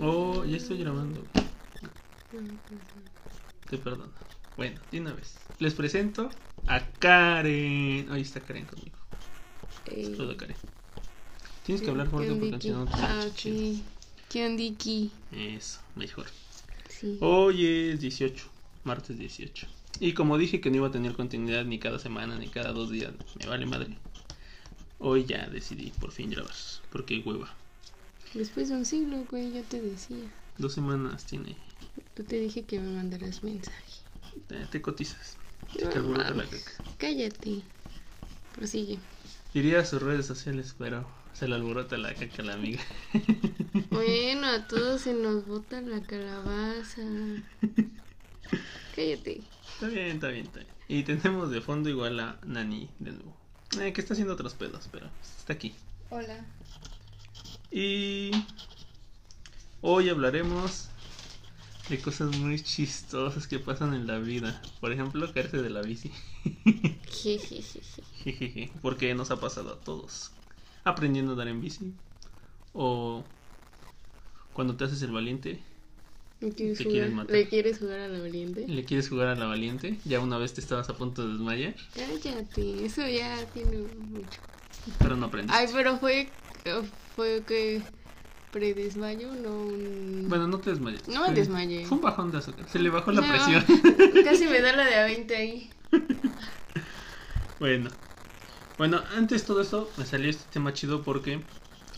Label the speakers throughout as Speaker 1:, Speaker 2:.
Speaker 1: Oh, ya estoy grabando. Te perdono. Bueno, de una vez. Les presento a Karen. Ahí está Karen conmigo.
Speaker 2: Ey,
Speaker 1: Saluda Karen. Tienes que hablar fuerte porque si no te
Speaker 2: Ah,
Speaker 1: escuchas chido.
Speaker 2: sí. ¿Quién Dicky?
Speaker 1: Eso, mejor.
Speaker 2: Sí.
Speaker 1: Hoy es 18, martes 18. Y como dije que no iba a tener continuidad ni cada semana ni cada dos días, me vale madre. Hoy ya decidí por fin grabar, porque hueva.
Speaker 2: Después de un siglo, güey, yo te decía.
Speaker 1: Dos semanas tiene.
Speaker 2: Yo te dije que me mandarás mensaje.
Speaker 1: Te, te cotizas. Te
Speaker 2: No
Speaker 1: carburas la
Speaker 2: mames.
Speaker 1: caca.
Speaker 2: Cállate. Prosigue.
Speaker 1: Iría a sus redes sociales, pero se le alborota la caca a la amiga.
Speaker 2: Bueno, a todos se nos bota la calabaza. Cállate.
Speaker 1: Está bien, está bien, está bien. Y tenemos de fondo igual a Nani de nuevo. Eh, que está haciendo otros pedos, pero está aquí.
Speaker 2: Hola.
Speaker 1: Y hoy hablaremos de cosas muy chistosas que pasan en la vida. Por ejemplo, caerse de la bici.
Speaker 2: Jejejeje.
Speaker 1: Jejeje. Porque nos ha pasado a todos. Aprendiendo a andar en bici. O cuando te haces el valiente,
Speaker 2: ¿Le quieres
Speaker 1: Te quieren
Speaker 2: jugar?
Speaker 1: matar.
Speaker 2: ¿Le quieres jugar a la valiente?
Speaker 1: le quieres jugar a la valiente. Ya una vez te estabas a punto de desmayar,
Speaker 2: Cállate. Eso ya tiene mucho.
Speaker 1: pero no aprendiste.
Speaker 2: Ay, pero fue fue que predesmayo, no un...
Speaker 1: Bueno, no te desmayes.
Speaker 2: No me
Speaker 1: Fue-
Speaker 2: desmayé.
Speaker 1: Fue un bajón de azúcar. Se le bajó la
Speaker 2: No,
Speaker 1: presión.
Speaker 2: Casi me da la de a 20 ahí.
Speaker 1: Bueno. Bueno, antes todo eso me salió este tema chido porque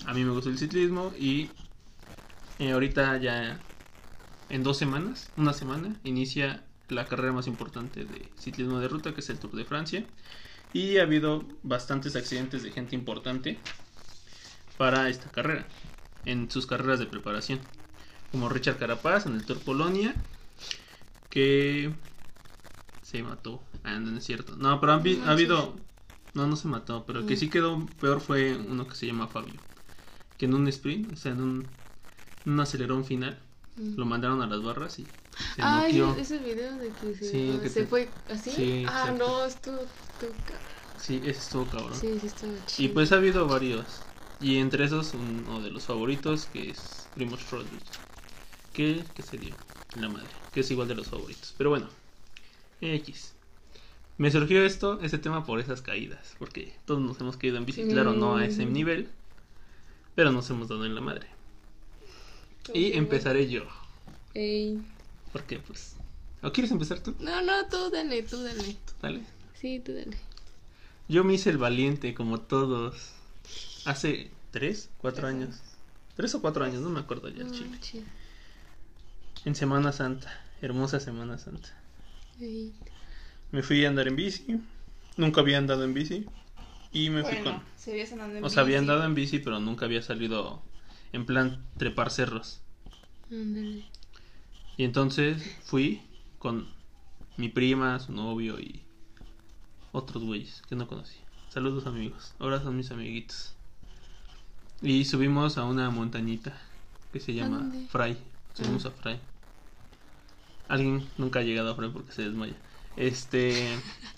Speaker 1: a mí me gusta el ciclismo y eh, ahorita ya en dos semanas, una semana, inicia la carrera más importante de ciclismo de ruta que es el Tour de Francia y ha habido bastantes accidentes de gente importante para esta carrera en sus carreras de preparación como Richard Carapaz en el Tour Polonia que se mató. Ah, no no es cierto. No, pero han vi-
Speaker 2: No
Speaker 1: ha habido.
Speaker 2: manches.
Speaker 1: No, no se mató. Pero el que
Speaker 2: Mm.
Speaker 1: sí quedó peor fue uno que se llama Fabio. Que en un sprint, o sea, en un, un acelerón final, lo mandaron a las barras y se
Speaker 2: Ay,
Speaker 1: noqueó.
Speaker 2: ese video de que se,
Speaker 1: Sí, que
Speaker 2: se
Speaker 1: te-
Speaker 2: fue así.
Speaker 1: Sí,
Speaker 2: ah,
Speaker 1: exacto.
Speaker 2: no, estuvo... estuvo ca-
Speaker 1: Sí, ese estuvo cabrón.
Speaker 2: Sí, sí, estuvo
Speaker 1: Y
Speaker 2: chido.
Speaker 1: pues ha habido varios. Y entre esos, uno de los favoritos que es Primoz Roglic. Que, que se dio la madre. Que es igual de los favoritos. Pero bueno, X. Me surgió esto, este tema por esas caídas. Porque todos nos hemos caído en bici. Claro, no a ese
Speaker 2: Mm.
Speaker 1: nivel. Pero nos hemos dado en la madre. Y empezaré yo.
Speaker 2: Ey.
Speaker 1: Porque pues. ¿O quieres empezar tú?
Speaker 2: No, no, tú dale, tú dale.
Speaker 1: Dale.
Speaker 2: Sí, tú dale.
Speaker 1: Yo me hice el valiente como todos. Hace tres, cuatro
Speaker 2: Tres
Speaker 1: años. Tres o cuatro años, no me acuerdo ya.
Speaker 2: No,
Speaker 1: al chile.
Speaker 2: Ah, chido.
Speaker 1: En Semana Santa, hermosa Semana Santa.
Speaker 2: Ey.
Speaker 1: Me fui a andar en bici. Nunca había andado en bici. Y me fui con...
Speaker 2: ¿Serías andando
Speaker 1: O sea, había andado en bici, pero nunca había salido en plan trepar cerros.
Speaker 2: Ándale.
Speaker 1: Y entonces fui con mi prima, su novio y otros güeyes que no conocí. Saludos amigos, ahora son mis amiguitos. Y subimos a una montañita que se llama
Speaker 2: dónde?
Speaker 1: Fray. Subimos a Fray. Alguien nunca ha llegado a Fray porque se desmaya. Este,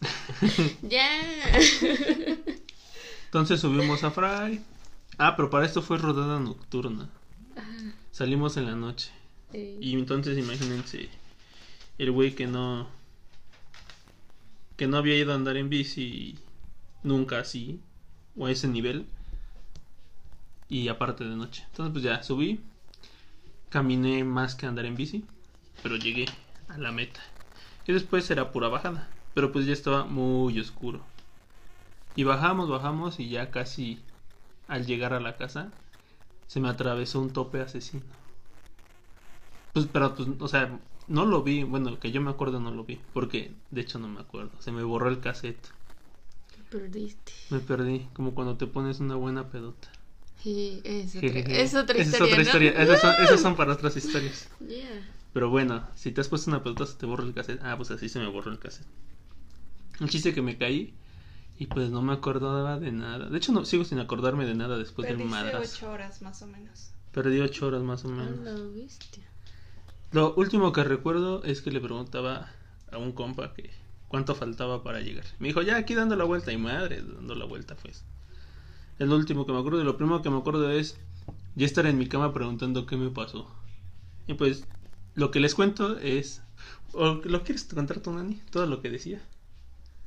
Speaker 2: Ya.
Speaker 1: entonces subimos a Fray. Ah, pero para esto fue rodada nocturna.
Speaker 2: Ajá.
Speaker 1: Salimos en la noche.
Speaker 2: Ah, Ey.
Speaker 1: Y entonces imagínense el güey que no que no había ido a andar en bici nunca así o a ese nivel y aparte de noche. Entonces pues ya subí, caminé más que andar en bici, pero llegué a la meta. Y después era pura bajada, pero pues ya estaba muy oscuro. Y bajamos, bajamos y ya casi al llegar a la casa se me atravesó un tope asesino. Pues, pero, pues, o sea, no lo vi. Bueno, que yo me acuerdo no lo vi. Porque, de hecho, no me acuerdo. Se me borró el cassette.
Speaker 2: Perdiste.
Speaker 1: Me perdí. Como cuando te pones una buena pedota.
Speaker 2: Sí, es otra,
Speaker 1: Jejeje.
Speaker 2: es otra
Speaker 1: Esa
Speaker 2: historia. ¿no?
Speaker 1: Esas son, esas son para otras historias.
Speaker 2: Yeah.
Speaker 1: Pero bueno, si te has puesto una pelota se te borra el cassette. Ah, pues así se me borró el cassette. El chiste que me caí y pues no me acordaba de nada. De hecho, no sigo sin acordarme de nada después Pues del
Speaker 3: Perdiste
Speaker 1: madrazo. Mm.
Speaker 3: ocho horas más o menos.
Speaker 1: Perdí ocho horas más o
Speaker 2: A
Speaker 1: menos.
Speaker 2: Ah, la bestia.
Speaker 1: Lo último que recuerdo es que le preguntaba a un compa que cuánto faltaba para llegar. Me dijo, ya aquí dando la vuelta. Y madre, dando la vuelta fue. Es lo último que me acuerdo. Y lo primero que me acuerdo es ya estar en mi cama preguntando qué me pasó. Y pues lo que les cuento es... ¿O ¿Lo quieres contar tú, Nani? Todo lo que decía.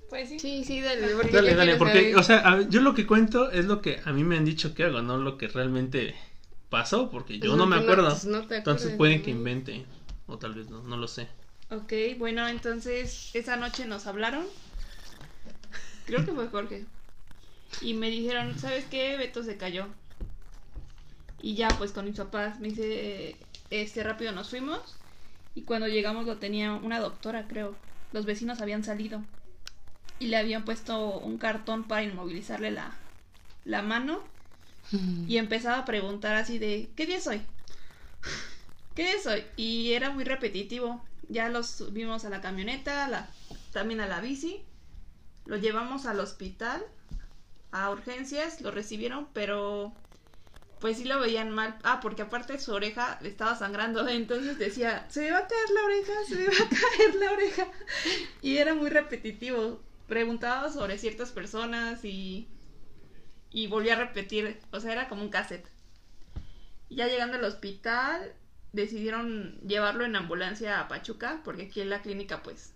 Speaker 3: Pues sí.
Speaker 2: Sí, sí, dale. Porque
Speaker 1: Dale,
Speaker 2: yo
Speaker 1: dale,
Speaker 2: quiero
Speaker 1: porque,
Speaker 2: saber.
Speaker 1: o sea, a- yo lo que cuento es lo que a mí me han dicho que hago, no lo que realmente pasó, porque yo
Speaker 2: Pues
Speaker 1: no me
Speaker 2: porque
Speaker 1: acuerdo.
Speaker 2: pues no te
Speaker 1: Entonces
Speaker 2: acuerdas,
Speaker 1: pueden
Speaker 2: ¿no?
Speaker 1: que invente, o tal vez no, no lo sé.
Speaker 3: Ok, bueno, entonces esa noche nos hablaron
Speaker 2: Creo que fue Jorge.
Speaker 3: y me dijeron, ¿sabes qué? Beto se cayó. Y ya, pues con mis papás me dice, este rápido nos fuimos y cuando llegamos lo tenía una doctora, creo. Los vecinos habían salido y le habían puesto un cartón para inmovilizarle la, la mano y empezaba a preguntar así de, ¿qué día es hoy? ¿Qué día es hoy? Y era muy repetitivo. Ya los subimos a la camioneta, a la, también a la bici, lo llevamos al hospital, a urgencias, lo recibieron, pero pues sí lo veían mal. Ah, porque aparte su oreja estaba sangrando, entonces decía, se me va a caer la oreja, se me va a caer la oreja. Y era muy repetitivo. Preguntaba sobre ciertas personas y, y volvía a repetir, o sea, era como un cassette. Ya llegando al hospital, decidieron llevarlo en ambulancia a Pachuca, porque aquí en la clínica, pues,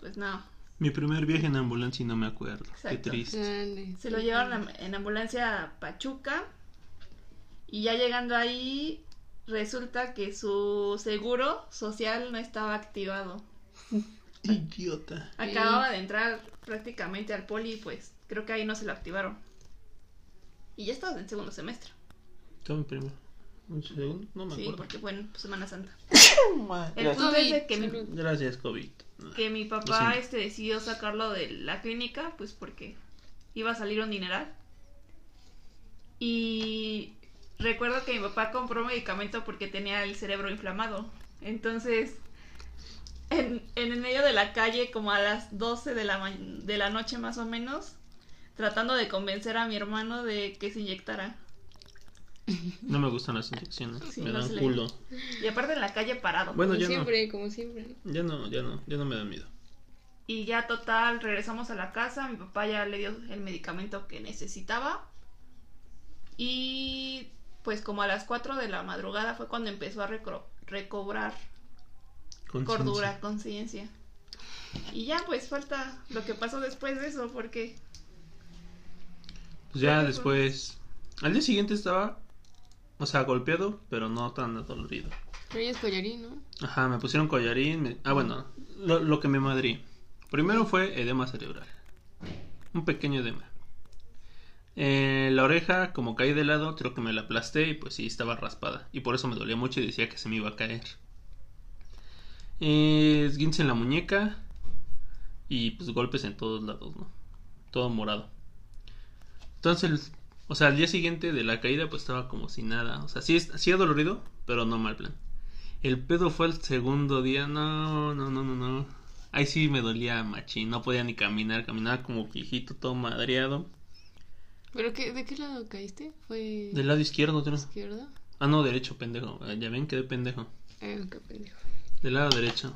Speaker 3: pues no,
Speaker 1: Mi primer viaje en ambulancia y no me acuerdo. Qué
Speaker 3: Exacto.
Speaker 1: triste.
Speaker 2: Dale.
Speaker 3: Se lo llevaron am- en ambulancia a Pachuca y ya llegando ahí resulta que su seguro social no estaba activado. Mm.
Speaker 1: Idiota.
Speaker 3: Acababa de entrar prácticamente al poli y pues creo que ahí no se lo activaron. Y ya estabas en segundo semestre.
Speaker 1: Toma primero. Un segundo, no me
Speaker 3: Sí,
Speaker 1: acuerdo.
Speaker 3: porque fue en Semana Santa. El
Speaker 1: Gracias.
Speaker 3: punto es de
Speaker 2: COVID,
Speaker 3: que mi,
Speaker 2: salud.
Speaker 1: Gracias, COVID.
Speaker 3: que mi
Speaker 1: Lo
Speaker 3: papá
Speaker 1: siento.
Speaker 3: este, decidió sacarlo de la clínica pues porque iba a salir un dineral. Y recuerdo que mi papá compró medicamento porque tenía el cerebro inflamado. Entonces, en, en el medio de la calle, como a las 12 de la, ma- de la noche más o menos, tratando de convencer a mi hermano de que se inyectara.
Speaker 1: No me gustan las inyecciones,
Speaker 3: Sí,
Speaker 1: me
Speaker 3: no
Speaker 1: dan
Speaker 3: se le-
Speaker 1: culo.
Speaker 3: Y aparte en la calle parado.
Speaker 1: Bueno,
Speaker 2: como
Speaker 1: ya no.
Speaker 2: siempre, como siempre.
Speaker 1: Ya no, ya no, ya no me dan miedo.
Speaker 3: Y ya total, regresamos a la casa, mi papá ya le dio el medicamento que necesitaba. Y pues como a las 4 de la madrugada fue cuando empezó a recro- recobrar
Speaker 1: Conciencia.
Speaker 3: cordura, conciencia. Y ya pues falta lo que pasó después de eso, porque
Speaker 1: Pues ya después. Al día siguiente estaba, o sea, golpeado, pero no tan adolorido.
Speaker 2: Traías collarín, ¿no?
Speaker 1: Ajá, me pusieron collarín. me- Ah, bueno, lo, lo que me madrí. Primero fue edema cerebral. Un pequeño edema. Eh, la oreja, como caí de lado, creo que me la aplasté y pues sí, estaba raspada. Y por eso me dolía mucho y decía que se me iba a caer. Eh, esguince en la muñeca. Y pues golpes en todos lados, ¿no? Todo morado. Entonces, o sea, al día siguiente de la caída pues estaba como si nada. O sea, sí, es- sí adolorido, pero no mal plan. El pedo fue el segundo día, no, no, no, no, no. Ahí sí me dolía machín, no podía ni caminar, caminaba como viejito, todo madreado.
Speaker 2: ¿Pero qué, de qué lado caíste? ¿Fue
Speaker 1: Del lado izquierdo, creo.
Speaker 2: izquierdo?
Speaker 1: Ah, no, derecho, pendejo. Ah, Ya ven, quedé pendejo.
Speaker 2: Ah, qué pendejo.
Speaker 1: Del lado derecho.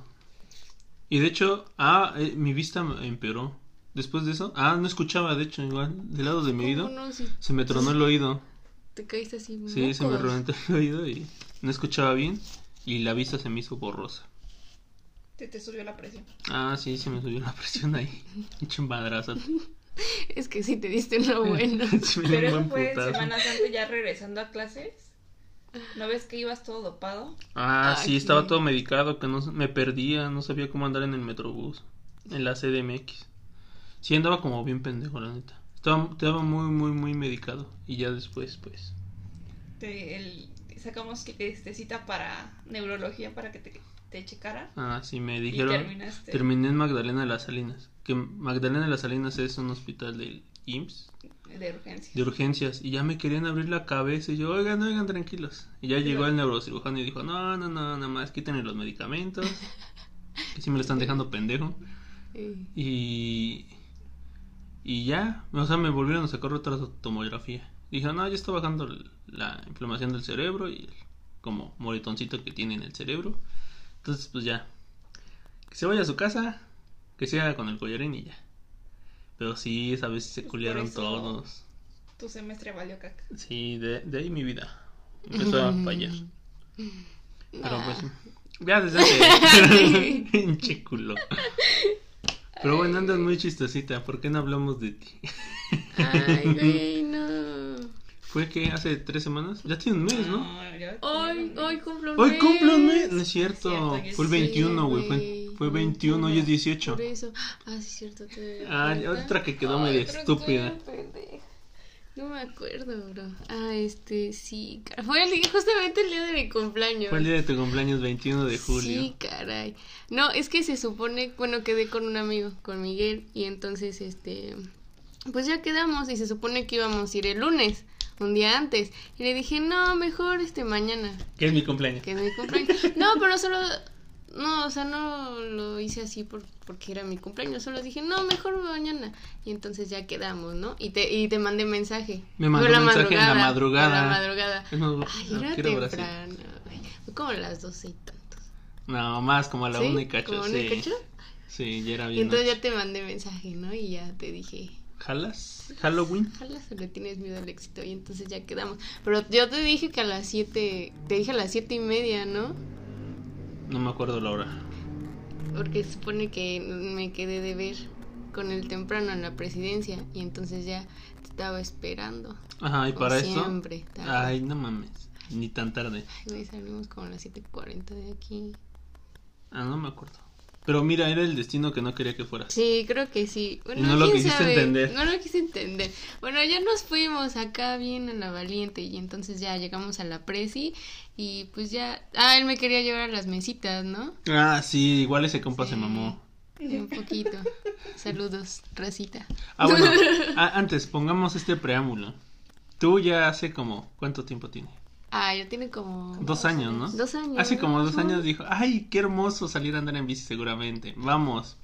Speaker 1: Y de hecho, ah, eh, mi vista me empeoró. Después de eso, ah, no escuchaba, de hecho, igual. Del lado de mi
Speaker 2: ¿Cómo
Speaker 1: oído,
Speaker 2: no? Si
Speaker 1: se me tronó el oído.
Speaker 2: te caíste así.
Speaker 1: Sí, se me
Speaker 2: mocos.
Speaker 1: reventó el oído y no escuchaba bien. Y la vista se me hizo borrosa.
Speaker 3: te, te subió la presión.
Speaker 1: Ah, sí, se me subió la presión ahí. Hecho un madrazo.
Speaker 2: Es que sí te diste una buena.
Speaker 1: Sí, me dio un
Speaker 3: Ah, Pero
Speaker 1: buen
Speaker 3: eso fue en
Speaker 1: putazo.
Speaker 3: Semana Santa ya regresando a clases. ¿No ves que ibas todo dopado?
Speaker 1: Ah,
Speaker 2: Ay,
Speaker 1: sí,
Speaker 2: qué-
Speaker 1: estaba todo medicado, que no me perdía, no sabía cómo andar en el metrobús, en la CDMX. Sí, andaba como bien pendejo, la neta. Estaba, estaba muy, muy, muy medicado. Y ya después, pues.
Speaker 3: Te, el- sacamos que- este, cita para neurología para que te, te checara.
Speaker 1: Ah, sí, me
Speaker 3: Y
Speaker 1: dijeron.
Speaker 3: terminaste.
Speaker 1: Terminé en Magdalena de las Salinas. Que Magdalena de las Salinas es un hospital del IMSS
Speaker 3: de urgencia.
Speaker 1: de urgencias. Y ya me querían abrir la cabeza. Y yo, oigan, oigan, tranquilos. Y ya llegó el neurocirujano y dijo: No, no, no, nada más, quítenle los medicamentos. Que sí me lo están dejando pendejo.
Speaker 2: Eh,
Speaker 1: Y. Y ya, o sea, me volvieron a sacar otra tomografía. Dijeron, no, ya está bajando l- la inflamación del cerebro y el como moretoncito que tiene en el cerebro. Entonces, pues ya. Que se vaya a su casa, Que se haga con el collarín y ya. Pero sí, esa vez se
Speaker 3: Pues por
Speaker 1: culiaron
Speaker 3: eso-
Speaker 1: todos.
Speaker 3: Tu semestre valió caca.
Speaker 1: Sí, de, de ahí mi vida empezó a fallar.
Speaker 2: Ah.
Speaker 1: Pero pues, ya desde hace. Pinche culo. Pero bueno, andas muy chistosita. ¿Por qué no hablamos de ti?
Speaker 2: Ay, güey, no.
Speaker 1: Fue que hace tres semanas. Ya tiene un mes, Pues, ¿no?
Speaker 3: yo-
Speaker 2: Hoy, hoy cumplo Ah, un
Speaker 1: Hoy
Speaker 2: mes.
Speaker 1: cumple un mes. No es
Speaker 3: Es
Speaker 1: cierto.
Speaker 3: cierto, yo
Speaker 1: Fue el
Speaker 3: sí,
Speaker 1: 21, güey. Fue,
Speaker 2: güey.
Speaker 1: fue 21, hoy es 18.
Speaker 2: Por eso. Ah, sí, cierto. Te
Speaker 1: Ah, otra que quedó medio estúpida.
Speaker 2: No me acuerdo, bro. Ah, este, sí. car- Fue el día- justamente el día de mi cumpleaños.
Speaker 1: Fue el día de tu cumpleaños, 21 de julio.
Speaker 2: Sí, caray. No, es que se supone, bueno, quedé con un amigo, con Miguel, y entonces, este, pues ya quedamos y se supone que íbamos a ir el lunes, un día antes. Y le dije, no, mejor este mañana,
Speaker 1: Que es mi cumpleaños.
Speaker 2: que es mi cumpleaños. No, pero solo, no, o sea, no lo hice así por, porque era mi cumpleaños, solo dije, no, mejor mañana. Y entonces ya quedamos, ¿no? Y te, y te mandé mensaje.
Speaker 1: Me mandó
Speaker 2: Fue la
Speaker 1: mensaje en la
Speaker 2: madrugada, fue
Speaker 1: madrugada.
Speaker 2: La madrugada.
Speaker 1: Es más,
Speaker 2: Ay,
Speaker 1: no,
Speaker 2: era
Speaker 1: quiero abrazar.
Speaker 2: temprano, güey. Fue como las doce y tantos.
Speaker 1: No, más como a la
Speaker 2: ¿Sí?
Speaker 1: una y cacho.
Speaker 2: ¿Como una
Speaker 1: sí.
Speaker 2: y cacho?
Speaker 1: Sí, ya era
Speaker 2: Y
Speaker 1: bien.
Speaker 2: entonces
Speaker 1: noche.
Speaker 2: ya te mandé mensaje, ¿no? Y ya te dije,
Speaker 1: ¿Jalas? ¿Halloween?
Speaker 2: ojalá se le tienes miedo al éxito. Y entonces ya quedamos. Pero yo te dije que a las 7, te dije a las siete y media, ¿no?
Speaker 1: No me acuerdo la hora.
Speaker 2: Porque se supone que me quedé de ver con el temprano en la presidencia. Y entonces ya te estaba esperando.
Speaker 1: Ajá, y
Speaker 2: como
Speaker 1: para eso.
Speaker 2: siempre, tarde.
Speaker 1: Ay, no mames. Ni tan tarde.
Speaker 2: Ay, güey, salimos como a las 7.40 de aquí.
Speaker 1: Ah, no me acuerdo. Pero mira, era el destino que no quería que fueras.
Speaker 2: Sí, creo que sí. Bueno,
Speaker 1: no lo
Speaker 2: quién
Speaker 1: quisiste
Speaker 2: sabe.
Speaker 1: entender.
Speaker 2: No lo quise entender. Bueno, ya nos fuimos acá bien a la valiente y entonces ya llegamos a la presi y pues ya... Ah, él me quería llevar a las mesitas, ¿no?
Speaker 1: Ah, sí, igual ese compa se
Speaker 2: Sí.
Speaker 1: mamó.
Speaker 2: Un poquito. Saludos, Racita.
Speaker 1: Ah, bueno, a- antes, pongamos este preámbulo. Tú ya hace como, ¿cuánto tiempo tiene?
Speaker 2: Ah, ya tiene como...
Speaker 1: Dos años, ¿no?
Speaker 2: Dos años.
Speaker 1: Hace como dos
Speaker 2: Ajá.
Speaker 1: años dijo, ay, qué hermoso salir a andar en bici seguramente. Vamos.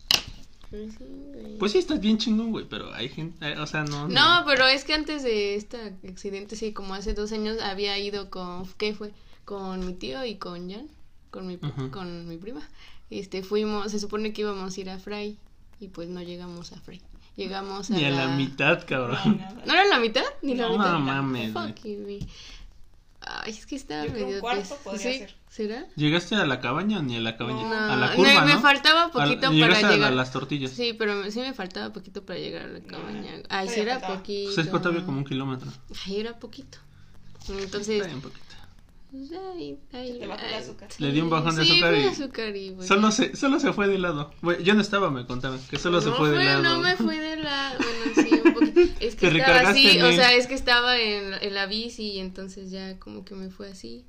Speaker 2: Pues sí, güey.
Speaker 1: Pues sí, estás bien chingón, güey, pero hay gente, eh, o sea, no.
Speaker 2: No, pero es que antes de este accidente, sí, como hace dos años había ido con, ¿qué fue? Con mi tío y con Jan, con mi, pri-
Speaker 1: Ujú.
Speaker 2: con mi prima. Este, fuimos, se supone que íbamos a ir a Fray y pues no llegamos a Fray. Llegamos a
Speaker 1: Ni a la mitad, cabrón.
Speaker 3: No, no,
Speaker 2: ¿No era la mitad? Ni la
Speaker 1: No,
Speaker 2: mitad.
Speaker 1: mames, güey.
Speaker 2: Fuck you, güey. Ay, es que estaba
Speaker 3: Yo creo un
Speaker 2: medio
Speaker 3: cuarto
Speaker 2: des-
Speaker 3: podría
Speaker 2: ¿Sí?
Speaker 3: ser.
Speaker 2: ¿Será?
Speaker 1: ¿Llegaste a la cabaña o ni a la cabaña?
Speaker 2: No,
Speaker 1: a la
Speaker 2: me-
Speaker 1: curva,
Speaker 2: me,
Speaker 1: ¿no?
Speaker 2: faltaba
Speaker 1: A la-
Speaker 2: poquito
Speaker 1: llegaste
Speaker 2: para
Speaker 1: a la-
Speaker 2: llegar.
Speaker 1: las tortillas.
Speaker 2: Sí, pero me- sí me faltaba poquito para llegar a la cabaña. Ay, sí
Speaker 3: todavía
Speaker 2: era
Speaker 3: faltaba.
Speaker 2: poquito.
Speaker 1: Pues es que todavía como un kilómetro.
Speaker 2: Ay, era poquito.
Speaker 1: Está
Speaker 2: Entonces,
Speaker 1: bien poquito.
Speaker 2: pues, ay, ay,
Speaker 3: Le bajó el
Speaker 2: ay,
Speaker 3: azúcar.
Speaker 1: Le dio un bajón de
Speaker 2: sí,
Speaker 1: azúcar
Speaker 2: fue
Speaker 1: y-
Speaker 2: azúcar y bueno.
Speaker 1: Solo se, solo se fue de lado. Bueno, yo no estaba, me contaron. Que solo se
Speaker 2: No
Speaker 1: fue de lado.
Speaker 2: No me fui de la... Bueno, sí, un poquito. Es que
Speaker 1: Te
Speaker 2: estaba
Speaker 1: recargaste
Speaker 2: así,
Speaker 1: en
Speaker 2: o
Speaker 1: él.
Speaker 2: sea, es que estaba en, en la bici y entonces ya como que me fue así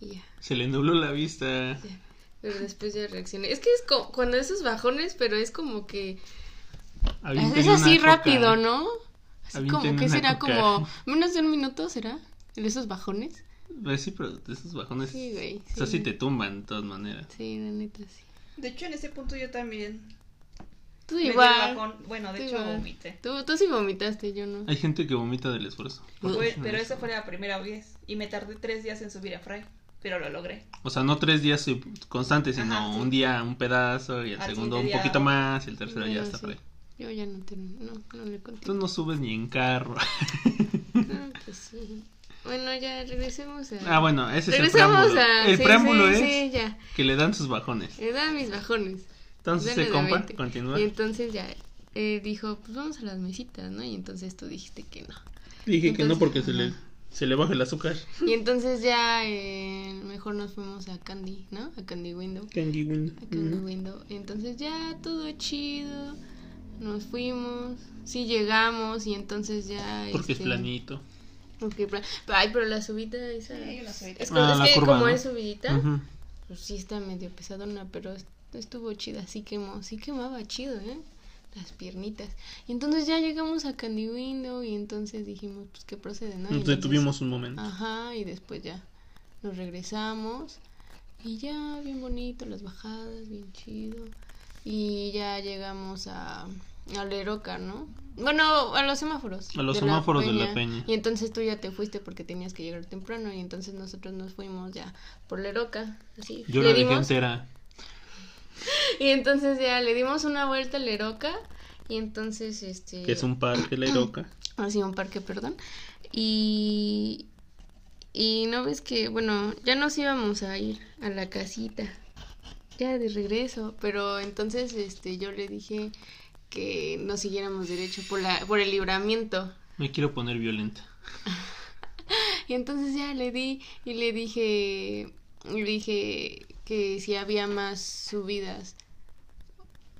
Speaker 2: y ya.
Speaker 1: Se le nubló la vista.
Speaker 2: Pero después ya reaccioné. Es que es co- cuando esos bajones, pero es como que...
Speaker 1: Avienten
Speaker 2: es así
Speaker 1: una coca.
Speaker 2: rápido, ¿no? Así
Speaker 1: Avienten
Speaker 2: como que
Speaker 1: una
Speaker 2: será
Speaker 1: coca.
Speaker 2: como... Menos de un minuto, ¿será? En esos bajones.
Speaker 1: Pues sí, pero esos bajones.
Speaker 2: Sí, güey,
Speaker 1: O sea,
Speaker 2: sí.
Speaker 1: sí te tumban de todas maneras.
Speaker 2: Sí, la neta, sí.
Speaker 3: De hecho, en ese punto yo también.
Speaker 2: Tú
Speaker 3: me dio
Speaker 2: igual.
Speaker 3: bajón. Bueno, de
Speaker 2: Tú
Speaker 3: hecho,
Speaker 2: igual.
Speaker 3: vomité.
Speaker 2: Tú, tú sí vomitaste, yo no.
Speaker 1: Hay gente que vomita del esfuerzo.
Speaker 2: Uy.
Speaker 3: Fue- pero esa fue la primera vez. Y me tardé tres días en subir a Fray. Pero lo logré.
Speaker 1: O sea, no tres días sub- constantes, sino
Speaker 3: Ajá, sí.
Speaker 1: un día un pedazo y el
Speaker 3: Al
Speaker 1: segundo un
Speaker 3: siguiente día.
Speaker 1: poquito más y el tercero ya
Speaker 2: Bueno,
Speaker 1: está
Speaker 2: Mm, sí.
Speaker 1: por ahí.
Speaker 2: Yo ya no terminé. No, no le conté.
Speaker 1: Tú no subes ni en carro.
Speaker 2: Claro que sí. Bueno, ya regresemos a.
Speaker 1: Ah, bueno, ese es el
Speaker 2: regresemos
Speaker 1: preámbulo.
Speaker 2: a.
Speaker 1: el
Speaker 2: sí,
Speaker 1: preámbulo
Speaker 2: sí,
Speaker 1: es
Speaker 2: Sí, ya.
Speaker 1: que le dan sus bajones.
Speaker 2: Le da mis bajones.
Speaker 1: Entonces
Speaker 2: Dale
Speaker 1: se
Speaker 2: de
Speaker 1: compa,
Speaker 2: 20.
Speaker 1: continúa.
Speaker 2: Y entonces ya eh, dijo, pues vamos a las mesitas, ¿no? Y entonces tú dijiste que no.
Speaker 1: Dije que no
Speaker 2: entonces-
Speaker 1: porque se le, se le baja el azúcar.
Speaker 2: Y entonces ya eh, mejor nos fuimos a Candy, ¿no? A Candy Window.
Speaker 1: Candy Window.
Speaker 2: Acá en el window. Entonces ya todo chido. Nos fuimos. Sí llegamos y entonces ya.
Speaker 1: Porque es
Speaker 2: este,
Speaker 1: planito.
Speaker 2: porque pla- Ay, pero la subida esa.
Speaker 3: Sí, la
Speaker 2: es,
Speaker 3: subida.
Speaker 2: es como-
Speaker 1: Ah,
Speaker 2: es
Speaker 1: la
Speaker 2: que
Speaker 1: curva,
Speaker 2: como
Speaker 1: ¿no?
Speaker 2: es subidita,
Speaker 1: Ujú.
Speaker 2: pues sí está medio pesadona, pero est- estuvo chida. Sí quemó, sí quemaba chido, ¿eh? Las piernitas. Y entonces ya llegamos a Candy Window y entonces dijimos, pues que procede, ¿no? Y
Speaker 1: Nos
Speaker 2: entonces- Ah.
Speaker 1: detuvimos un momento.
Speaker 2: Ajá, y después ya nos regresamos. Y ya, bien bonito, las bajadas, bien chido. Y ya llegamos a, a Leroca, ¿no? Bueno, a los semáforos.
Speaker 1: A los semáforos de la Peña.
Speaker 2: Y entonces tú ya te fuiste porque tenías que llegar temprano. Y entonces nosotros nos fuimos ya por Leroca. Así.
Speaker 1: Yo
Speaker 2: le
Speaker 1: la dejé
Speaker 2: dimos.
Speaker 1: entera.
Speaker 2: Y entonces ya le dimos una vuelta a Leroca y entonces este...
Speaker 1: que es un parque, la Iroca.
Speaker 2: Ah, sí, un parque, perdón. Y... Y no ves que, bueno, ya nos íbamos a ir a la casita, ya de regreso, pero entonces este yo le dije que nos siguiéramos derecho por, la, por el libramiento.
Speaker 1: Me quiero poner violenta.
Speaker 2: Y entonces ya le di y le dije, le dije que si había más subidas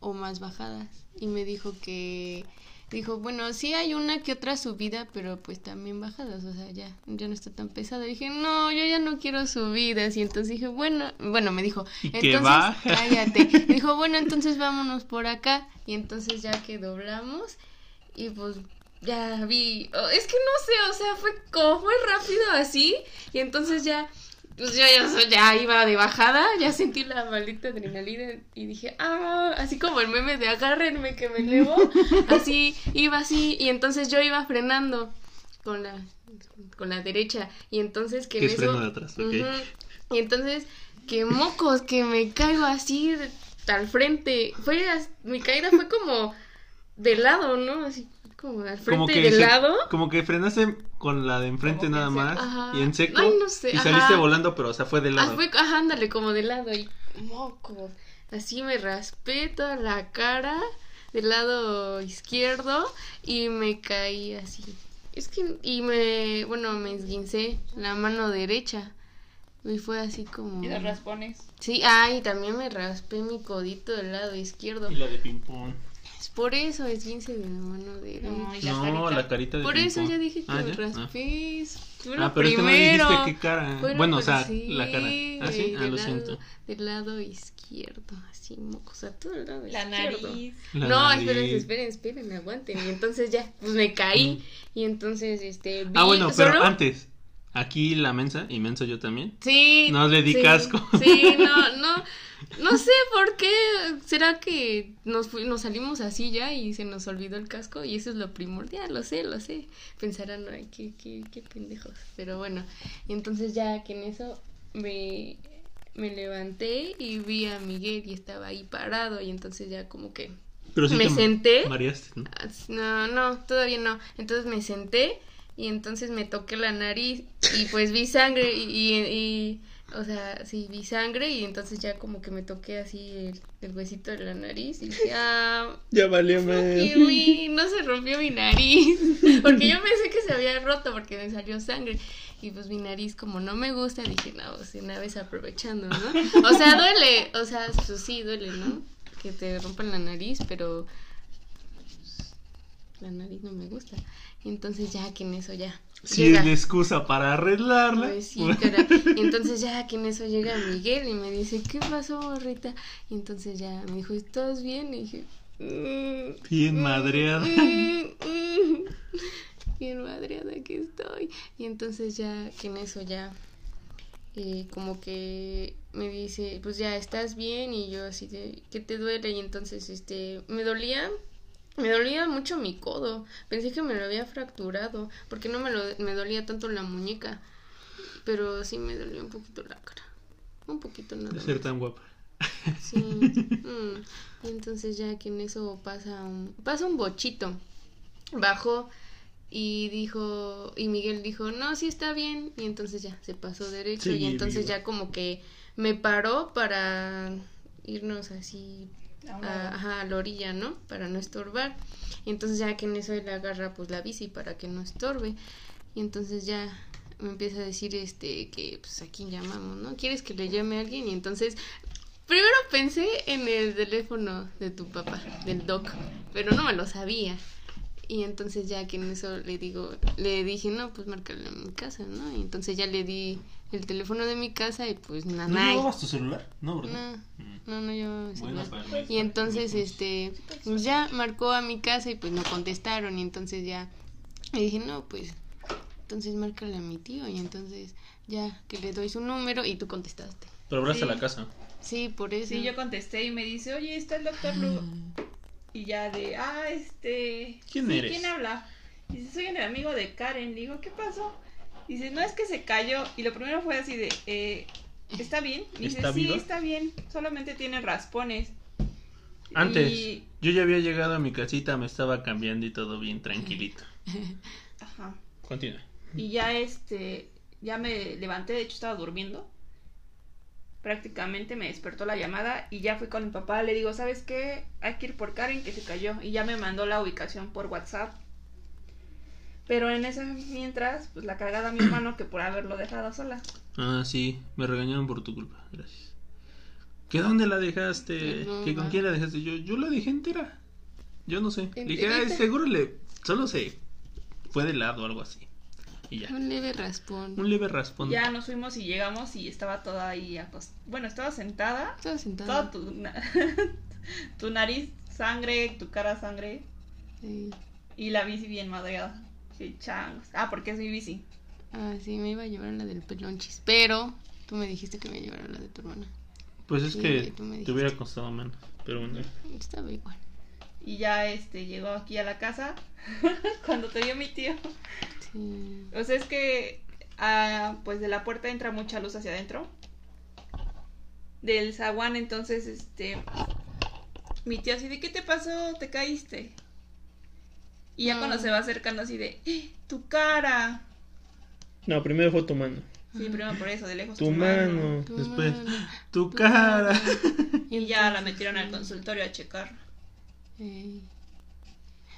Speaker 2: o más bajadas. Y me dijo que, dijo, bueno, sí hay una que otra subida, pero pues también bajadas, o sea, ya, ya no está tan pesada. Y dije, no, yo ya no quiero subidas. Y entonces dije, bueno, bueno, me dijo,
Speaker 1: Y que
Speaker 2: entonces,
Speaker 1: baja.
Speaker 2: cállate. Me dijo, bueno, entonces vámonos por acá. Y entonces ya que doblamos, y pues ya vi, o- es que no sé, o sea, fue como fue rápido así y entonces ya pues yo ya, so- ya iba de bajada, ya sentí la maldita adrenalina y dije, ah, así como el meme de agárrenme que me elevo, así iba así y entonces yo iba frenando con la con la derecha y entonces que
Speaker 1: Que
Speaker 2: en
Speaker 1: es
Speaker 2: eso-
Speaker 1: freno de atrás, ok.
Speaker 2: Ujú. Y entonces, que mocos, que me caigo así de- al frente. Fue as- mi caída fue como de lado, ¿no? Así como al frente y de
Speaker 1: se-
Speaker 2: lado.
Speaker 1: como que frenaste con la de enfrente
Speaker 3: Como que
Speaker 1: nada
Speaker 3: en seco.
Speaker 1: más
Speaker 2: Ajá.
Speaker 1: y en seco
Speaker 2: Ay, no sé,
Speaker 1: y saliste
Speaker 2: ajá.
Speaker 1: volando, pero o sea, fue de lado.
Speaker 2: Ah, fue, ajá, ándale, como de lado y mocos. Así me raspé toda la cara del lado izquierdo y me caí así. Es que, y me, bueno, me esguincé la mano derecha. Y fue así como...
Speaker 3: Y los raspones.
Speaker 2: Sí, ay, también me raspé mi codito del lado izquierdo.
Speaker 1: la de ping pong.
Speaker 2: Es por eso es 15 de la mano derecha.
Speaker 3: No, y la
Speaker 1: No,
Speaker 3: carita.
Speaker 1: la carita de
Speaker 2: por eso
Speaker 1: ping-pong.
Speaker 2: ya dije que
Speaker 1: Ah,
Speaker 2: me
Speaker 1: ¿ya?
Speaker 2: raspé. es-
Speaker 1: Ah.
Speaker 2: Bueno,
Speaker 1: Ah, pero es que
Speaker 2: primero.
Speaker 1: no dijiste qué cara. Bueno,
Speaker 2: Bueno,
Speaker 1: o
Speaker 2: pero
Speaker 1: sea,
Speaker 2: sí,
Speaker 1: la cara. Ah, sí,
Speaker 2: güey,
Speaker 1: ah,
Speaker 2: del
Speaker 1: lo
Speaker 2: lado-
Speaker 1: siento.
Speaker 2: Del lado izquierdo, así, mocosa, todo el lado
Speaker 3: La
Speaker 2: izquierdo.
Speaker 3: nariz.
Speaker 1: La
Speaker 2: no,
Speaker 1: nariz.
Speaker 2: esperen, esperen, esperen, aguanten. Y entonces ya, pues me caí. Y entonces, este. Vi
Speaker 1: Mm. Ah, bueno, pero
Speaker 2: solo-
Speaker 1: antes. Aquí la mensa, y mensa yo también.
Speaker 2: Sí.
Speaker 1: No le di
Speaker 2: sí,
Speaker 1: casco.
Speaker 2: Sí, no, no. No sé por qué. ¿Será que nos, fui- nos salimos así ya y se nos olvidó el casco? Y eso es lo primordial, lo sé, lo sé. Pensarán, ay, qué, qué, qué pendejos. Pero bueno, y entonces ya que en eso me, me levanté y vi a Miguel y estaba ahí parado. Y entonces ya como que
Speaker 1: Pero sí
Speaker 2: Me
Speaker 1: te ma-
Speaker 2: senté.
Speaker 1: Mareaste, ¿no?
Speaker 2: no, no, todavía no. Entonces me senté y entonces me toqué la nariz y pues vi sangre y, y- y, o sea, sí, vi sangre y entonces ya como que me toqué así el, el huesito de la nariz y dije, ah,
Speaker 1: Ya valió
Speaker 2: y uy, no se rompió mi nariz. Porque yo pensé que se había roto porque me salió sangre. Y pues mi nariz, como no me gusta, dije, no, pues una vez aprovechando, ¿no? O sea, duele, o sea, pues sí, duele, ¿no? Que te rompan la nariz, pero pues, la nariz no me gusta. Entonces ya que en eso ya.
Speaker 1: Si
Speaker 2: llega.
Speaker 1: es la excusa para arreglarla.
Speaker 2: Pues sí, cara. Y entonces ya que en eso llega Miguel y me dice, ¿qué pasó, Rita? Y entonces ya me dijo, ¿estás bien? Y dije, "Mm,
Speaker 1: Bien
Speaker 2: mm,
Speaker 1: madreada.
Speaker 2: mm, mm". Bien madreada que estoy. Y entonces ya que en eso ya, eh, como que me dice, pues ya, ¿estás bien? Y yo así de, ¿qué te duele? Y entonces, este, me dolía me dolía mucho mi codo. Pensé que me lo había fracturado. Porque no me, lo, me dolía tanto la muñeca. Pero sí me dolía un poquito la cara. Un poquito nada
Speaker 1: De
Speaker 2: más.
Speaker 1: ser tan guapa.
Speaker 2: Sí. Mm. Y entonces ya que en eso pasa un, pasa un bochito. Bajó y dijo, y Miguel dijo, no, sí está bien. Y entonces ya se pasó derecho.
Speaker 1: Seguí
Speaker 2: y entonces
Speaker 1: viva.
Speaker 2: ya como que me paró para irnos así
Speaker 3: A un
Speaker 2: a,
Speaker 3: lado.
Speaker 2: ajá, a la orilla, ¿no? Para no estorbar. Y entonces ya que en eso él agarra pues la bici para que no estorbe. Y entonces ya me empieza a decir este que pues a quién llamamos, ¿no? ¿Quieres que le llame a alguien? Y entonces primero pensé en el teléfono de tu papá, del doc, pero no me lo sabía. Y entonces ya que en eso le digo, le dije, no, pues márcale a mi casa, ¿no? Y entonces ya le di el teléfono de mi casa y pues nada.
Speaker 1: tu celular? No, Mm.
Speaker 2: No, no llevaba mi
Speaker 1: Buena
Speaker 2: celular.
Speaker 1: para mí.
Speaker 2: Y entonces, este, pues ya marcó a mi casa y pues no contestaron. Y entonces ya le dije, no, pues, entonces márcale a mi tío. Y entonces ya que le doy su número y tú contestaste.
Speaker 1: Pero hablaste a la
Speaker 3: Sí.
Speaker 1: casa.
Speaker 2: Sí, por eso.
Speaker 3: Sí, yo contesté y me dice, oye, está el doctor Lugo. Y ya de, ah, este...
Speaker 1: ¿Quién
Speaker 3: sí,
Speaker 1: eres?
Speaker 3: ¿Quién habla? Dice, soy el amigo de Karen. Le digo, ¿qué pasó? Dice, no es que se cayó. Y lo primero fue así de, eh, ¿está bien? Y dice,
Speaker 1: ¿Está
Speaker 3: sí,
Speaker 1: viva?
Speaker 3: está bien. Solamente tiene raspones.
Speaker 1: Antes,
Speaker 3: Y-
Speaker 1: yo ya había llegado a mi casita, me estaba cambiando y todo bien tranquilito.
Speaker 3: Ajá.
Speaker 1: Continúa.
Speaker 3: Y ya este, ya me levanté, de hecho estaba durmiendo. Prácticamente me despertó la llamada y ya fui con mi papá. Le digo, ¿sabes qué? Hay que ir por Karen que se cayó. Y ya me mandó la ubicación por WhatsApp. Pero en ese mientras, pues la cagada a mi hermano que por haberlo dejado sola.
Speaker 1: Ah, sí, me regañaron por tu culpa, gracias. ¿Que dónde la dejaste?
Speaker 2: No,
Speaker 1: ¿Que con
Speaker 2: ma.
Speaker 1: quién la dejaste? Yo, yo la dejé entera. Yo no sé. Le dije, "Ay,
Speaker 2: ¿Enterita?
Speaker 1: seguro le. Solo se fue de lado o algo así. Y ya.
Speaker 2: Un leve raspón.
Speaker 1: Un leve raspón.
Speaker 3: Ya nos fuimos y llegamos y estaba toda ahí acostada. Bueno, estaba sentada.
Speaker 2: Estaba sentado.
Speaker 3: Toda tu, na- tu nariz sangre, tu cara sangre.
Speaker 2: Sí.
Speaker 3: Y la bici bien madreada. Sí, changos. Ah, porque es mi bici.
Speaker 2: Ah, sí, me iba a llevar la del pelonchis. Pero tú me dijiste que me llevara la de tu hermana.
Speaker 1: Pues es
Speaker 2: Sí,
Speaker 1: que
Speaker 2: tú me
Speaker 1: te
Speaker 2: dijiste.
Speaker 1: hubiera costado menos. Pero bueno.
Speaker 2: Estaba igual.
Speaker 3: Y ya este llegó aquí a la casa cuando te vio mi tío.
Speaker 2: Sí.
Speaker 3: O sea, es que ah, pues de la puerta entra mucha luz hacia adentro. Del zaguán, entonces este mi tío así de ¿qué te pasó? ¿Te caíste? Y ya cuando
Speaker 2: Mm.
Speaker 3: se va acercando así de "¡Ah! tu cara.
Speaker 1: No, primero fue tu mano.
Speaker 3: Sí, primero por eso, de lejos.
Speaker 1: Tu mano.
Speaker 2: Tu
Speaker 1: Después,
Speaker 2: mano.
Speaker 1: tu cara.
Speaker 3: Y ya la
Speaker 2: entonces,
Speaker 3: metieron al
Speaker 2: sí.
Speaker 3: consultorio a checar.
Speaker 2: Ey.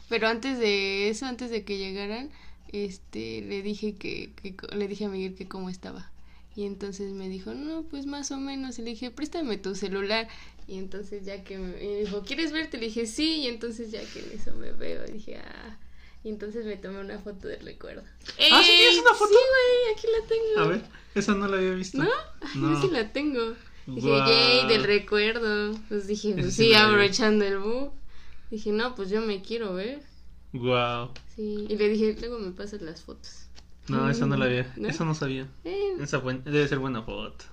Speaker 2: Pero antes de eso, antes de que llegaran, este, le dije que, que co- le dije a Miguel que cómo estaba. Y entonces me dijo, no, pues más o menos. Y le dije, préstame tu celular. Y entonces ya que me, y me dijo, ¿quieres verte? Le dije, sí. Y entonces ya que en eso me veo, y dije, ah. Y entonces me tomé una foto del recuerdo.
Speaker 1: Ah, ¿sí tienes
Speaker 2: Ey,
Speaker 1: una foto?
Speaker 2: Sí, güey, aquí la tengo.
Speaker 1: A ver, esa no la había visto.
Speaker 2: ¿No? Ay,
Speaker 1: No.
Speaker 2: Yo sí la tengo. Dije,
Speaker 1: Guau.
Speaker 2: yay, del recuerdo. Pues dije,
Speaker 1: Eso
Speaker 2: pues
Speaker 1: sí
Speaker 2: sí,
Speaker 1: me la vi.
Speaker 2: aprovechando el book. Dije, no, pues yo me quiero ver.
Speaker 1: Wow.
Speaker 2: Sí. Y le dije, luego me pasas las fotos.
Speaker 1: No, esa no la había.
Speaker 2: ¿No?
Speaker 1: Esa no sabía.
Speaker 2: Eh,
Speaker 1: Esa buen- debe ser buena foto.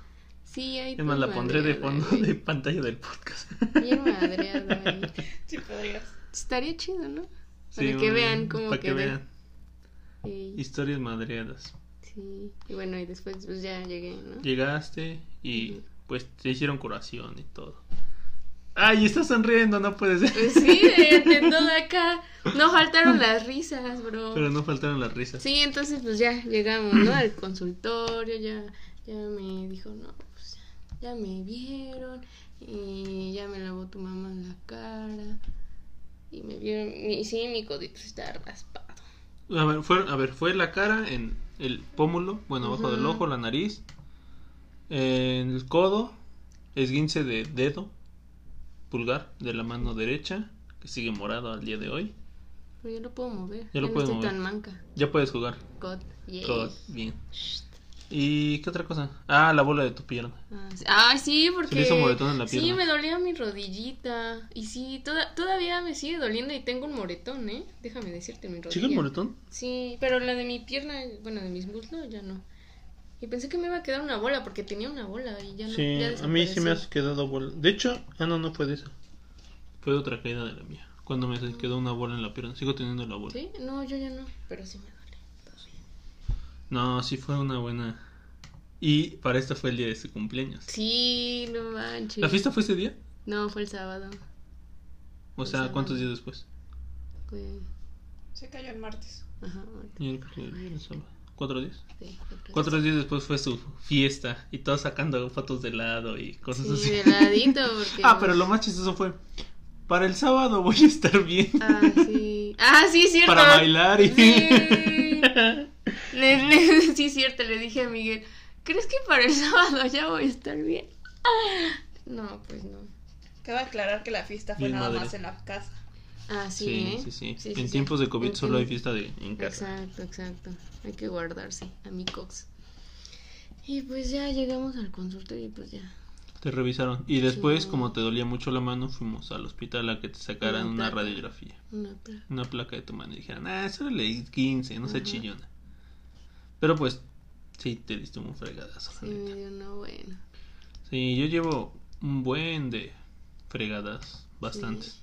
Speaker 2: sí, pues, ahí
Speaker 1: Es más, la
Speaker 2: tú
Speaker 1: pondré de
Speaker 2: madreada,
Speaker 1: fondo de
Speaker 2: güey.
Speaker 1: pantalla del podcast.
Speaker 2: Bien madreada ahí.
Speaker 3: Sí, podrías.
Speaker 2: Estaría chido, ¿no?
Speaker 1: Sí,
Speaker 2: para que
Speaker 1: un-
Speaker 2: vean cómo
Speaker 1: Para que
Speaker 2: quedé.
Speaker 1: vean.
Speaker 2: Ey,
Speaker 1: Historias madreadas.
Speaker 2: sí. Y bueno, y después pues ya llegué, ¿no?
Speaker 1: Llegaste y
Speaker 2: Ujú.
Speaker 1: pues te hicieron curación y todo. ¡Ay, estás sonriendo! No puede ser.
Speaker 2: Pues sí, de, de todo acá. No faltaron las risas, bro.
Speaker 1: Pero no faltaron las risas.
Speaker 2: Sí, entonces pues ya llegamos, ¿no? Al consultorio, ya, ya me dijo, no, pues ya, ya me vieron, y ya me lavó tu mamá la cara, y me vieron, y sí, mi codito está raspado.
Speaker 1: A, ver, fue, a ver, fue la cara en el pómulo, bueno, abajo del
Speaker 2: Ujú.
Speaker 1: ojo, la nariz, en el codo, esguince de dedo, pulgar de la mano derecha, que sigue morado al día de hoy.
Speaker 2: Pero yo lo puedo mover,
Speaker 1: Ya lo
Speaker 2: no
Speaker 1: puedes
Speaker 2: estoy
Speaker 1: mover.
Speaker 2: tan manca.
Speaker 1: Ya puedes jugar.
Speaker 2: God, yay.
Speaker 1: Todo bien. ¿Y qué otra cosa? Ah, la bola de tu pierna.
Speaker 2: Ah, sí- Ay, sí, porque...
Speaker 1: hizo moretón en la
Speaker 2: Sí,
Speaker 1: pierna.
Speaker 2: me dolía mi rodillita, y sí, toda- todavía me sigue doliendo y tengo un moretón, ¿eh? Déjame decirte, mi rodilla.
Speaker 1: ¿Sigue el moretón?
Speaker 2: Sí, pero la de mi pierna, bueno, de mis muslos ya no. Y pensé que me iba a quedar una bola porque tenía una bola y ya no.
Speaker 1: Sí,
Speaker 2: ya
Speaker 1: a mí sí me has
Speaker 2: desapareció.
Speaker 1: quedado bola. De hecho, ah, no, no fue de esa. Fue de otra caída de la mía. Cuando me quedó una bola en la pierna. Sigo teniendo la bola.
Speaker 2: ¿Sí? No, yo ya no, pero sí me duele. todavía.
Speaker 1: No, sí fue una buena. Y para esta fue el día de su cumpleaños.
Speaker 2: Sí, no manches.
Speaker 1: ¿La fiesta fue ese día?
Speaker 2: No, fue el sábado.
Speaker 1: O
Speaker 2: El
Speaker 1: sea,
Speaker 2: sábado.
Speaker 1: ¿cuántos días después?
Speaker 2: Fue-
Speaker 3: Se cayó el martes.
Speaker 2: Ajá, ahorita,
Speaker 1: Y el- el sábado. ¿Cuatro días?
Speaker 2: sí, fue el
Speaker 1: Cuatro días después fue su fiesta. Y todos sacando fotos de lado y
Speaker 2: sábado.
Speaker 1: cosas
Speaker 2: Sí,
Speaker 1: así.
Speaker 2: de ladito porque...
Speaker 1: Ah, pero lo más chistoso fue. Para el sábado voy a estar bien.
Speaker 2: Ah, sí. Ah, sí, cierto.
Speaker 1: para bailar y.
Speaker 2: Sí. Le- le- sí, cierto, le dije a Miguel, ¿crees que para el sábado ya voy a estar bien? Ah, No, pues no.
Speaker 3: Cabe aclarar que la fiesta fue
Speaker 1: Bien
Speaker 3: nada
Speaker 1: madre.
Speaker 3: más en la casa.
Speaker 2: Ah, sí,
Speaker 1: Sí,
Speaker 2: ¿eh?
Speaker 1: sí, sí.
Speaker 2: Sí, sí,
Speaker 1: En
Speaker 2: sí.
Speaker 1: tiempos de COVID
Speaker 2: En
Speaker 1: solo hay
Speaker 2: tiemp-
Speaker 1: fiesta de, en casa.
Speaker 2: Exacto, exacto. Hay que guardarse, amigos. Y pues ya llegamos al consultorio y pues ya.
Speaker 1: Te revisaron. Y después,
Speaker 2: Sí.
Speaker 1: como te dolía mucho la mano, fuimos al hospital a que te sacaran
Speaker 2: Una
Speaker 1: una
Speaker 2: placa.
Speaker 1: radiografía.
Speaker 2: Una pla-
Speaker 1: Una placa de tu mano. Y dijeron, ah, eso le 15, no se
Speaker 2: Ajá.
Speaker 1: chillona. Pero pues, sí, te diste un fregadazo.
Speaker 2: Sí,
Speaker 1: la neta.
Speaker 2: me dio una buena.
Speaker 1: Sí, yo llevo un buen de fregadas, bastantes.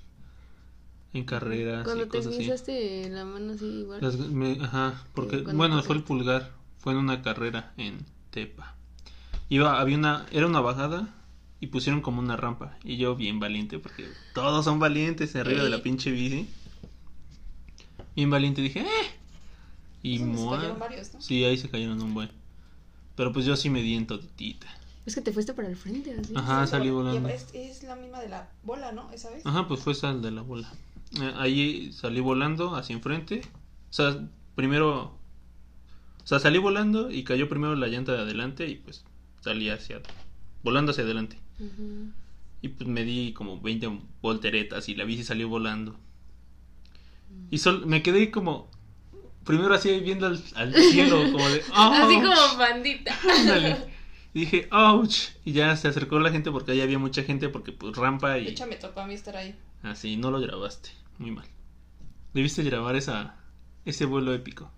Speaker 1: En carreras
Speaker 2: Cuando
Speaker 1: y
Speaker 2: te
Speaker 1: cosas así.
Speaker 2: guisaste la mano así igual.
Speaker 1: Las- me- ajá, porque,
Speaker 2: cuando
Speaker 1: bueno,
Speaker 2: te-
Speaker 1: fue el pulgar, fue en una carrera en Tepa. Iba, había una, era una bajada, y pusieron como una rampa. Y yo bien valiente, porque todos son valientes arriba de la
Speaker 2: Ey.
Speaker 1: pinche bici. Bien valiente dije, ¡eh! Y
Speaker 3: Eso nos
Speaker 1: moa.
Speaker 3: cayeron varios, ¿no?
Speaker 1: Sí, ahí se cayeron un buen. Pero pues yo sí me di en toditita.
Speaker 2: Es que te fuiste para el frente, así.
Speaker 1: Ajá,
Speaker 4: Sí,
Speaker 1: Ah, salí
Speaker 4: bueno, y
Speaker 1: volando.
Speaker 4: Es, es la misma de la bola, ¿no? ¿Esa vez?
Speaker 1: Ajá, pues fue esa de la bola. Eh, Ahí salí volando hacia enfrente. O sea, primero. O sea, salí volando y cayó primero la llanta de adelante y pues salí hacia. volando hacia adelante.
Speaker 2: Ujú.
Speaker 1: Y pues me di como 20 volteretas y la bici salió volando. Y sol, me quedé como. Primero así viendo al, al cielo, como de.
Speaker 2: Así
Speaker 1: "Ouch".
Speaker 2: como bandita.
Speaker 1: Ándale. Dije, ouch. Y ya se acercó la gente porque ahí había mucha gente porque pues rampa
Speaker 4: De
Speaker 1: y.
Speaker 4: hecho, me tocó a mí estar ahí.
Speaker 1: Así, no lo grabaste. Muy mal. Debiste grabar esa, ese vuelo épico.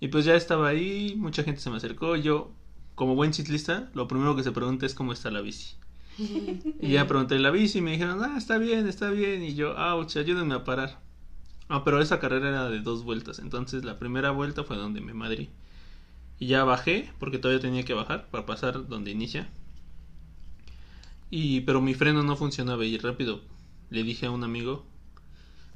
Speaker 1: Y pues ya estaba ahí, mucha gente se me acercó. Yo, como buen chitlista, lo primero que se pregunta es cómo está la bici. Y ya pregunté la bici y me dijeron, ah, está bien, está bien. Y yo, ouch, ayúdenme a parar. Ah, pero esa carrera era de dos vueltas. Entonces la primera vuelta fue donde me madrí. Y ya bajé, porque todavía tenía que bajar para pasar donde inicia. Y, pero mi freno no funcionaba y rápido le dije a un amigo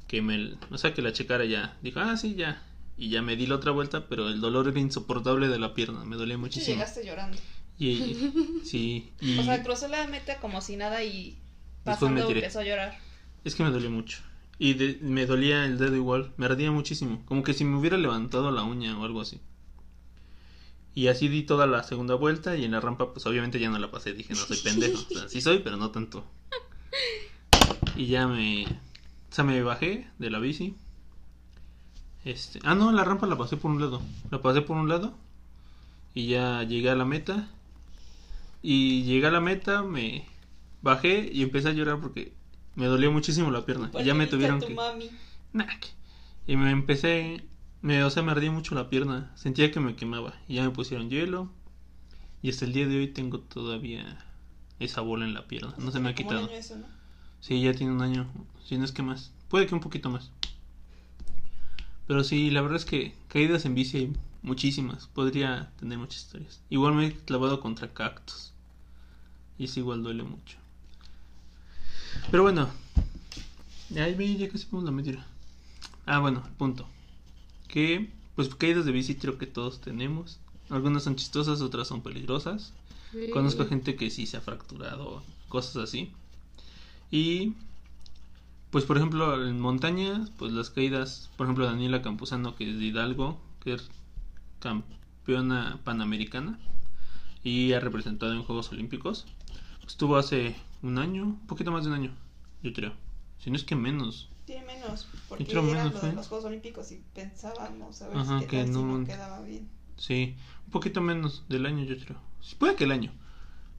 Speaker 1: que me, o sea, que la checara ya. Dijo, ah, sí, ya. Y ya me di la otra vuelta, pero el dolor era insoportable de la pierna, me dolía
Speaker 4: De hecho,
Speaker 1: muchísimo.
Speaker 4: llegaste llorando.
Speaker 1: Y, sí, y
Speaker 4: O sea, cruzó la meta como si nada y
Speaker 1: Después me
Speaker 4: pasando
Speaker 1: tiré.
Speaker 4: empezó a llorar.
Speaker 1: es que me dolió mucho. Y de- me dolía el dedo igual, me ardía muchísimo, como que si me hubiera levantado la uña o algo así. Y así di toda la segunda vuelta y en la rampa pues obviamente ya no la pasé, dije, no soy pendejo, o sea, sí soy, pero no tanto. Y ya me... O sea, me bajé de la bici. Este, ah, no, la rampa la pasé por un lado. La pasé por un lado. Y ya llegué a la meta. Y llegué a la meta, me bajé y empecé a llorar porque me dolió muchísimo la pierna. Y
Speaker 4: Porque
Speaker 1: ya me
Speaker 4: viste a
Speaker 1: tuvieron
Speaker 4: tu
Speaker 1: que...
Speaker 4: mami.
Speaker 1: Nah, que- Y me empecé, me, o sea, me ardía mucho la pierna, sentía que me quemaba. Y ya me pusieron hielo. Y hasta el día de hoy tengo todavía esa bola en la pierna, no se me ha
Speaker 4: Como un
Speaker 1: quitado.
Speaker 4: año eso, ¿no?
Speaker 1: Sí, ya tiene un año, si no es que más. Puede que un poquito más. Pero sí, la verdad es que caídas en bici hay muchísimas, podría tener muchas historias. Igual me he clavado contra cactus. Y eso igual duele mucho. Pero bueno. Ay, ve, ya casi pongo la mentira. Ah, bueno, el punto. Que, pues caídas de bici creo que todos tenemos. Algunas son chistosas, otras son peligrosas.
Speaker 2: Sí.
Speaker 1: Conozco gente que sí se ha fracturado, cosas así. Y, pues, por ejemplo, en montañas, pues las caídas, por ejemplo, Daniela Campuzano, que es de Hidalgo, que es campeona panamericana y ha representado en Juegos Olímpicos, pues, estuvo hace un año, un poquito más de un año, yo creo. Si no es que menos.
Speaker 4: Tiene menos. Porque
Speaker 1: Yo creo
Speaker 4: eran
Speaker 1: menos,
Speaker 4: los, de
Speaker 1: ¿eh?
Speaker 4: los Juegos Olímpicos y pensábamos a ver
Speaker 1: Ajá,
Speaker 4: si,
Speaker 1: que
Speaker 4: qué tal, si
Speaker 1: no-
Speaker 4: no quedaba bien.
Speaker 1: Sí, un poquito menos del año, yo creo. Sí, Puede que el año.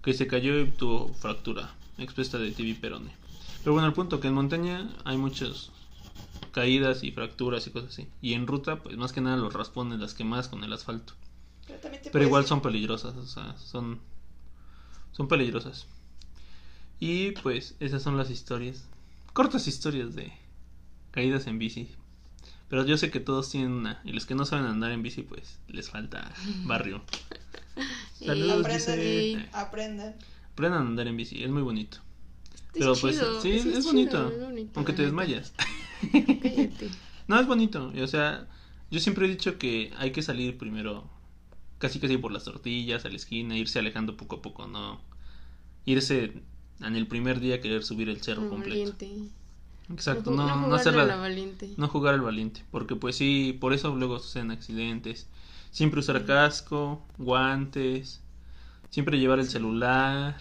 Speaker 1: Que se cayó y tuvo fractura expuesta de TV Perone. Pero bueno, el punto que en montaña hay muchas caídas y fracturas y cosas así. Y en ruta, pues más que nada los raspones, las quemadas con el asfalto.
Speaker 4: Pero, también te
Speaker 1: Pero
Speaker 4: puedes
Speaker 1: igual
Speaker 4: ir-
Speaker 1: son peligrosas, o sea, son, son peligrosas. Y pues esas son las historias, cortas historias de caídas en bici. Pero yo sé que todos tienen una, y los que no saben andar en bici, pues les falta barrio. Saludos,
Speaker 4: Aprendan.
Speaker 1: dice. Eh,
Speaker 4: Aprendan.
Speaker 1: Aprendan a andar en bici, es muy bonito.
Speaker 2: Es
Speaker 1: Pero pues,
Speaker 2: chido,
Speaker 1: sí, es
Speaker 2: chido,
Speaker 1: bonito,
Speaker 2: es bonito,
Speaker 1: Aunque te
Speaker 2: la
Speaker 1: desmayas.
Speaker 2: neta. Cállate.
Speaker 1: No, es bonito. y, O sea, yo siempre he dicho que hay que salir primero, casi casi por las tortillas, a la esquina, irse alejando poco a poco, no irse en el primer día a querer subir el cerro
Speaker 2: Como
Speaker 1: completo.
Speaker 2: valiente.
Speaker 1: Exacto,
Speaker 2: ju-
Speaker 1: no, no,
Speaker 2: jugarle
Speaker 1: hacer la-
Speaker 2: a la valiente.
Speaker 1: no jugar al valiente, porque pues sí, por eso luego suceden accidentes. Siempre usar casco, guantes, siempre llevar el celular,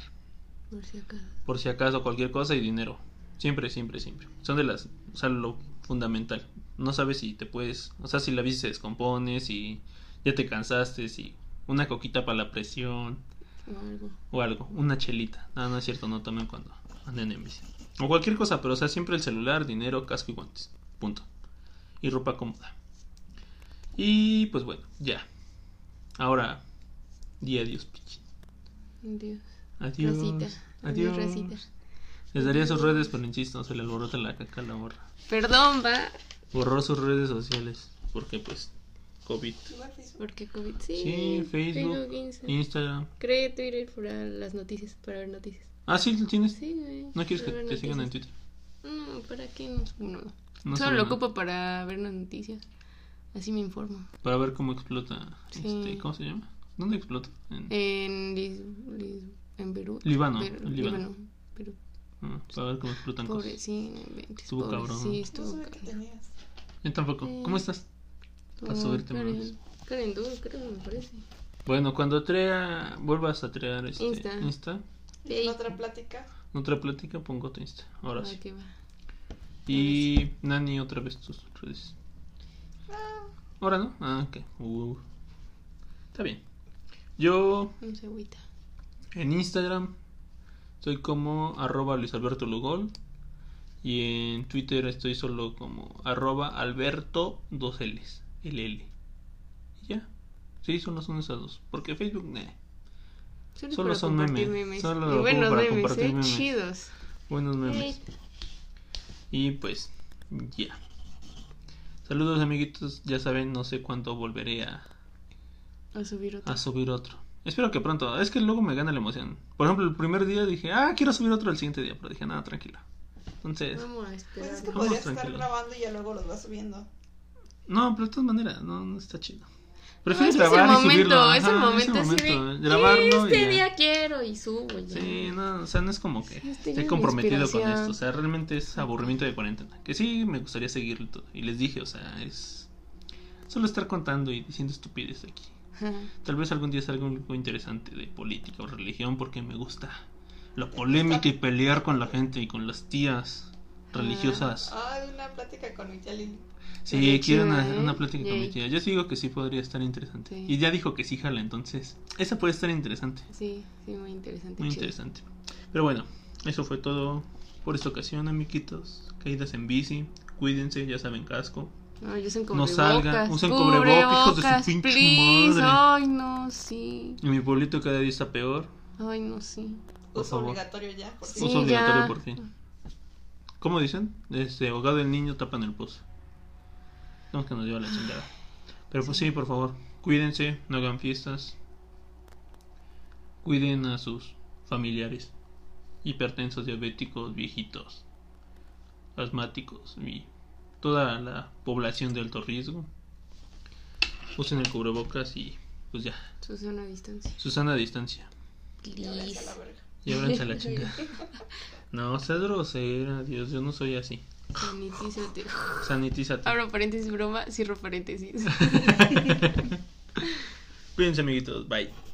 Speaker 2: Por si acaso.
Speaker 1: por si acaso cualquier cosa y dinero. Siempre, siempre, siempre. Son de las, o sea, lo fundamental. No sabes si te puedes, o sea, si la bici se descompone, si ya te cansaste, si una coquita para la presión
Speaker 2: O algo.
Speaker 1: o algo, una chelita. No, no es cierto, no tomen cuando anden en bici. O cualquier cosa, pero o sea, siempre el celular, dinero, casco y guantes. Punto. Y ropa cómoda. Y pues bueno, ya. Ahora, di adiós, pichi.
Speaker 2: Dios.
Speaker 1: Adiós.
Speaker 2: Racita.
Speaker 1: Adiós.
Speaker 2: Racita.
Speaker 1: Les daría sus redes, pero insisto, se le alborota la caca a la borra.
Speaker 2: Perdón, va.
Speaker 1: Borró sus redes sociales, porque pues, COVID.
Speaker 4: Igual Facebook.
Speaker 2: Porque COVID. Sí,
Speaker 1: Sí, Facebook,
Speaker 2: Instagram.
Speaker 1: Instagram.
Speaker 2: Cree Twitter para las noticias, para ver noticias.
Speaker 1: Ah, sí, lo tienes.
Speaker 2: Sí, güey.
Speaker 1: No quieres que
Speaker 2: Para ver
Speaker 1: te sigan en
Speaker 2: noticias.
Speaker 1: Twitter.
Speaker 2: No, ¿para qué? No, no.
Speaker 1: No
Speaker 2: Solo
Speaker 1: sabe
Speaker 2: lo
Speaker 1: nada.
Speaker 2: ocupo para ver las noticias. Así me informo.
Speaker 1: Para ver cómo explota.
Speaker 2: Sí. Eh,
Speaker 1: Este, ¿Cómo se llama? ¿Dónde explota? En-
Speaker 2: En, Lis- Lis- en Perú.
Speaker 1: Líbano,
Speaker 2: Pero-
Speaker 1: en Líbano.
Speaker 2: Pero
Speaker 1: Ah, para ver cómo explotan
Speaker 2: pobre,
Speaker 1: cosas.
Speaker 2: sí, no inventes,
Speaker 1: Estuvo
Speaker 2: pobre,
Speaker 1: cabrón.
Speaker 2: Sí,
Speaker 4: No
Speaker 2: estuvo
Speaker 4: sabía que
Speaker 2: cabrón.
Speaker 4: tenías.
Speaker 1: Yo tampoco.
Speaker 2: Sí.
Speaker 1: ¿Cómo estás? Para
Speaker 2: Estuvo
Speaker 1: subirte más.
Speaker 2: Karen, Karen Duro, creo que me parece.
Speaker 1: Bueno, cuando trea, vuelvas a trear este, Insta.
Speaker 2: Insta.
Speaker 4: Y en
Speaker 2: Ey.
Speaker 4: otra plática.
Speaker 1: otra plática, pongo tu Insta. Ahora
Speaker 2: Ah,
Speaker 1: sí.
Speaker 2: qué va.
Speaker 1: Y Nani, otra vez tus redes. Ahora no. Ah, ok. Uh. Está bien. Yo
Speaker 2: Un cegüita.
Speaker 1: en Instagram soy como arroba Luis Alberto Lugol. Y en Twitter estoy solo como arroba Alberto dos L's. El L. Y ya. Sí, solo son esas dos. Porque Facebook, nah. Solo
Speaker 2: para
Speaker 1: son
Speaker 2: compartir
Speaker 1: memes, solo lo
Speaker 2: y
Speaker 1: ocupo
Speaker 2: buenos
Speaker 1: para
Speaker 2: memes,
Speaker 1: compartir
Speaker 2: eh,
Speaker 1: memes.
Speaker 2: chidos.
Speaker 1: Buenos memes.
Speaker 2: Ey.
Speaker 1: Y pues, ya. Saludos amiguitos, ya saben, no sé cuándo volveré a,
Speaker 2: A subir otro.
Speaker 1: a subir otro. Espero que pronto, es que luego me gana la emoción. Por ejemplo, el primer día dije, ah, quiero subir otro el siguiente día, pero dije, nada, tranquilo. Entonces,
Speaker 2: Vamos a
Speaker 4: Pues
Speaker 2: esperar.
Speaker 4: es que
Speaker 1: Vamos
Speaker 4: podrías estar
Speaker 1: tranquilos.
Speaker 4: grabando y ya luego los vas subiendo.
Speaker 1: no, pero de todas maneras, no, no está chido.
Speaker 2: No,
Speaker 1: Prefiero
Speaker 2: es que
Speaker 1: grabar
Speaker 2: es el
Speaker 1: y
Speaker 2: momento,
Speaker 1: subirlo.
Speaker 2: es el
Speaker 1: Ajá,
Speaker 2: momento así de
Speaker 1: grabarlo y
Speaker 2: este
Speaker 1: ya.
Speaker 2: día este quiero y subo ya.
Speaker 1: Sí, no, o sea, no es como que
Speaker 2: Estoy
Speaker 1: esté
Speaker 2: llena de
Speaker 1: comprometido con
Speaker 2: inspiración.
Speaker 1: esto. O sea, realmente es aburrimiento de cuarentena. Que sí, me gustaría seguirlo y todo. Y les dije, o sea, es solo estar contando y diciendo estupidez aquí.
Speaker 2: Ajá.
Speaker 1: Tal vez algún día salga algo interesante de política o religión porque me gusta la polémica y pelear con la gente y con las tías religiosas.
Speaker 4: Ah, una plática con mi tía Lili.
Speaker 1: Sí,
Speaker 2: Sería
Speaker 1: quiero
Speaker 2: chido,
Speaker 1: una,
Speaker 2: ¿eh?
Speaker 1: una plática con mi
Speaker 2: Yay.
Speaker 1: tía. Yo sí digo que sí podría estar interesante.
Speaker 2: Sí.
Speaker 1: Y ya dijo que sí, jala, entonces. Esa puede estar interesante.
Speaker 2: Sí, sí, muy interesante.
Speaker 1: Muy
Speaker 2: chido.
Speaker 1: interesante. Pero bueno, eso fue todo por esta ocasión, amiguitos. Caídas en bici. Cuídense, ya saben, casco.
Speaker 2: No, yo usen
Speaker 1: No
Speaker 2: cubrebocas.
Speaker 1: salgan, usen cubrebocas, hijos de su
Speaker 2: Cubrebocas,
Speaker 1: pinche
Speaker 2: please.
Speaker 1: madre.
Speaker 2: Ay, no, sí.
Speaker 1: En mi pueblito cada día está peor.
Speaker 2: Ay, no, sí.
Speaker 1: Por
Speaker 4: Uso
Speaker 1: favor.
Speaker 4: obligatorio ya. Por
Speaker 2: Sí,
Speaker 4: fin.
Speaker 1: Uso Pues obligatorio
Speaker 2: ya.
Speaker 1: por fin. ¿Cómo dicen? Este, ahogado el niño, tapan el pozo. No, que nos lleva la chingada. Pero pues sí, por favor, cuídense, no hagan fiestas. Cuiden a sus familiares. Hipertensos, diabéticos, viejitos, asmáticos y toda la población de alto riesgo. Usen el cubrebocas y pues ya,
Speaker 2: Susana a distancia.
Speaker 1: Susana a distancia.
Speaker 4: Y ahora es a
Speaker 2: Please.
Speaker 4: la verga.
Speaker 1: Y ábranse a la chingada. No, seas grosera, Dios, yo no soy así.
Speaker 2: Sanitízate.
Speaker 1: Sanitízate.
Speaker 2: Abro paréntesis, broma, cierro paréntesis.
Speaker 1: Cuídense, amiguitos. Bye.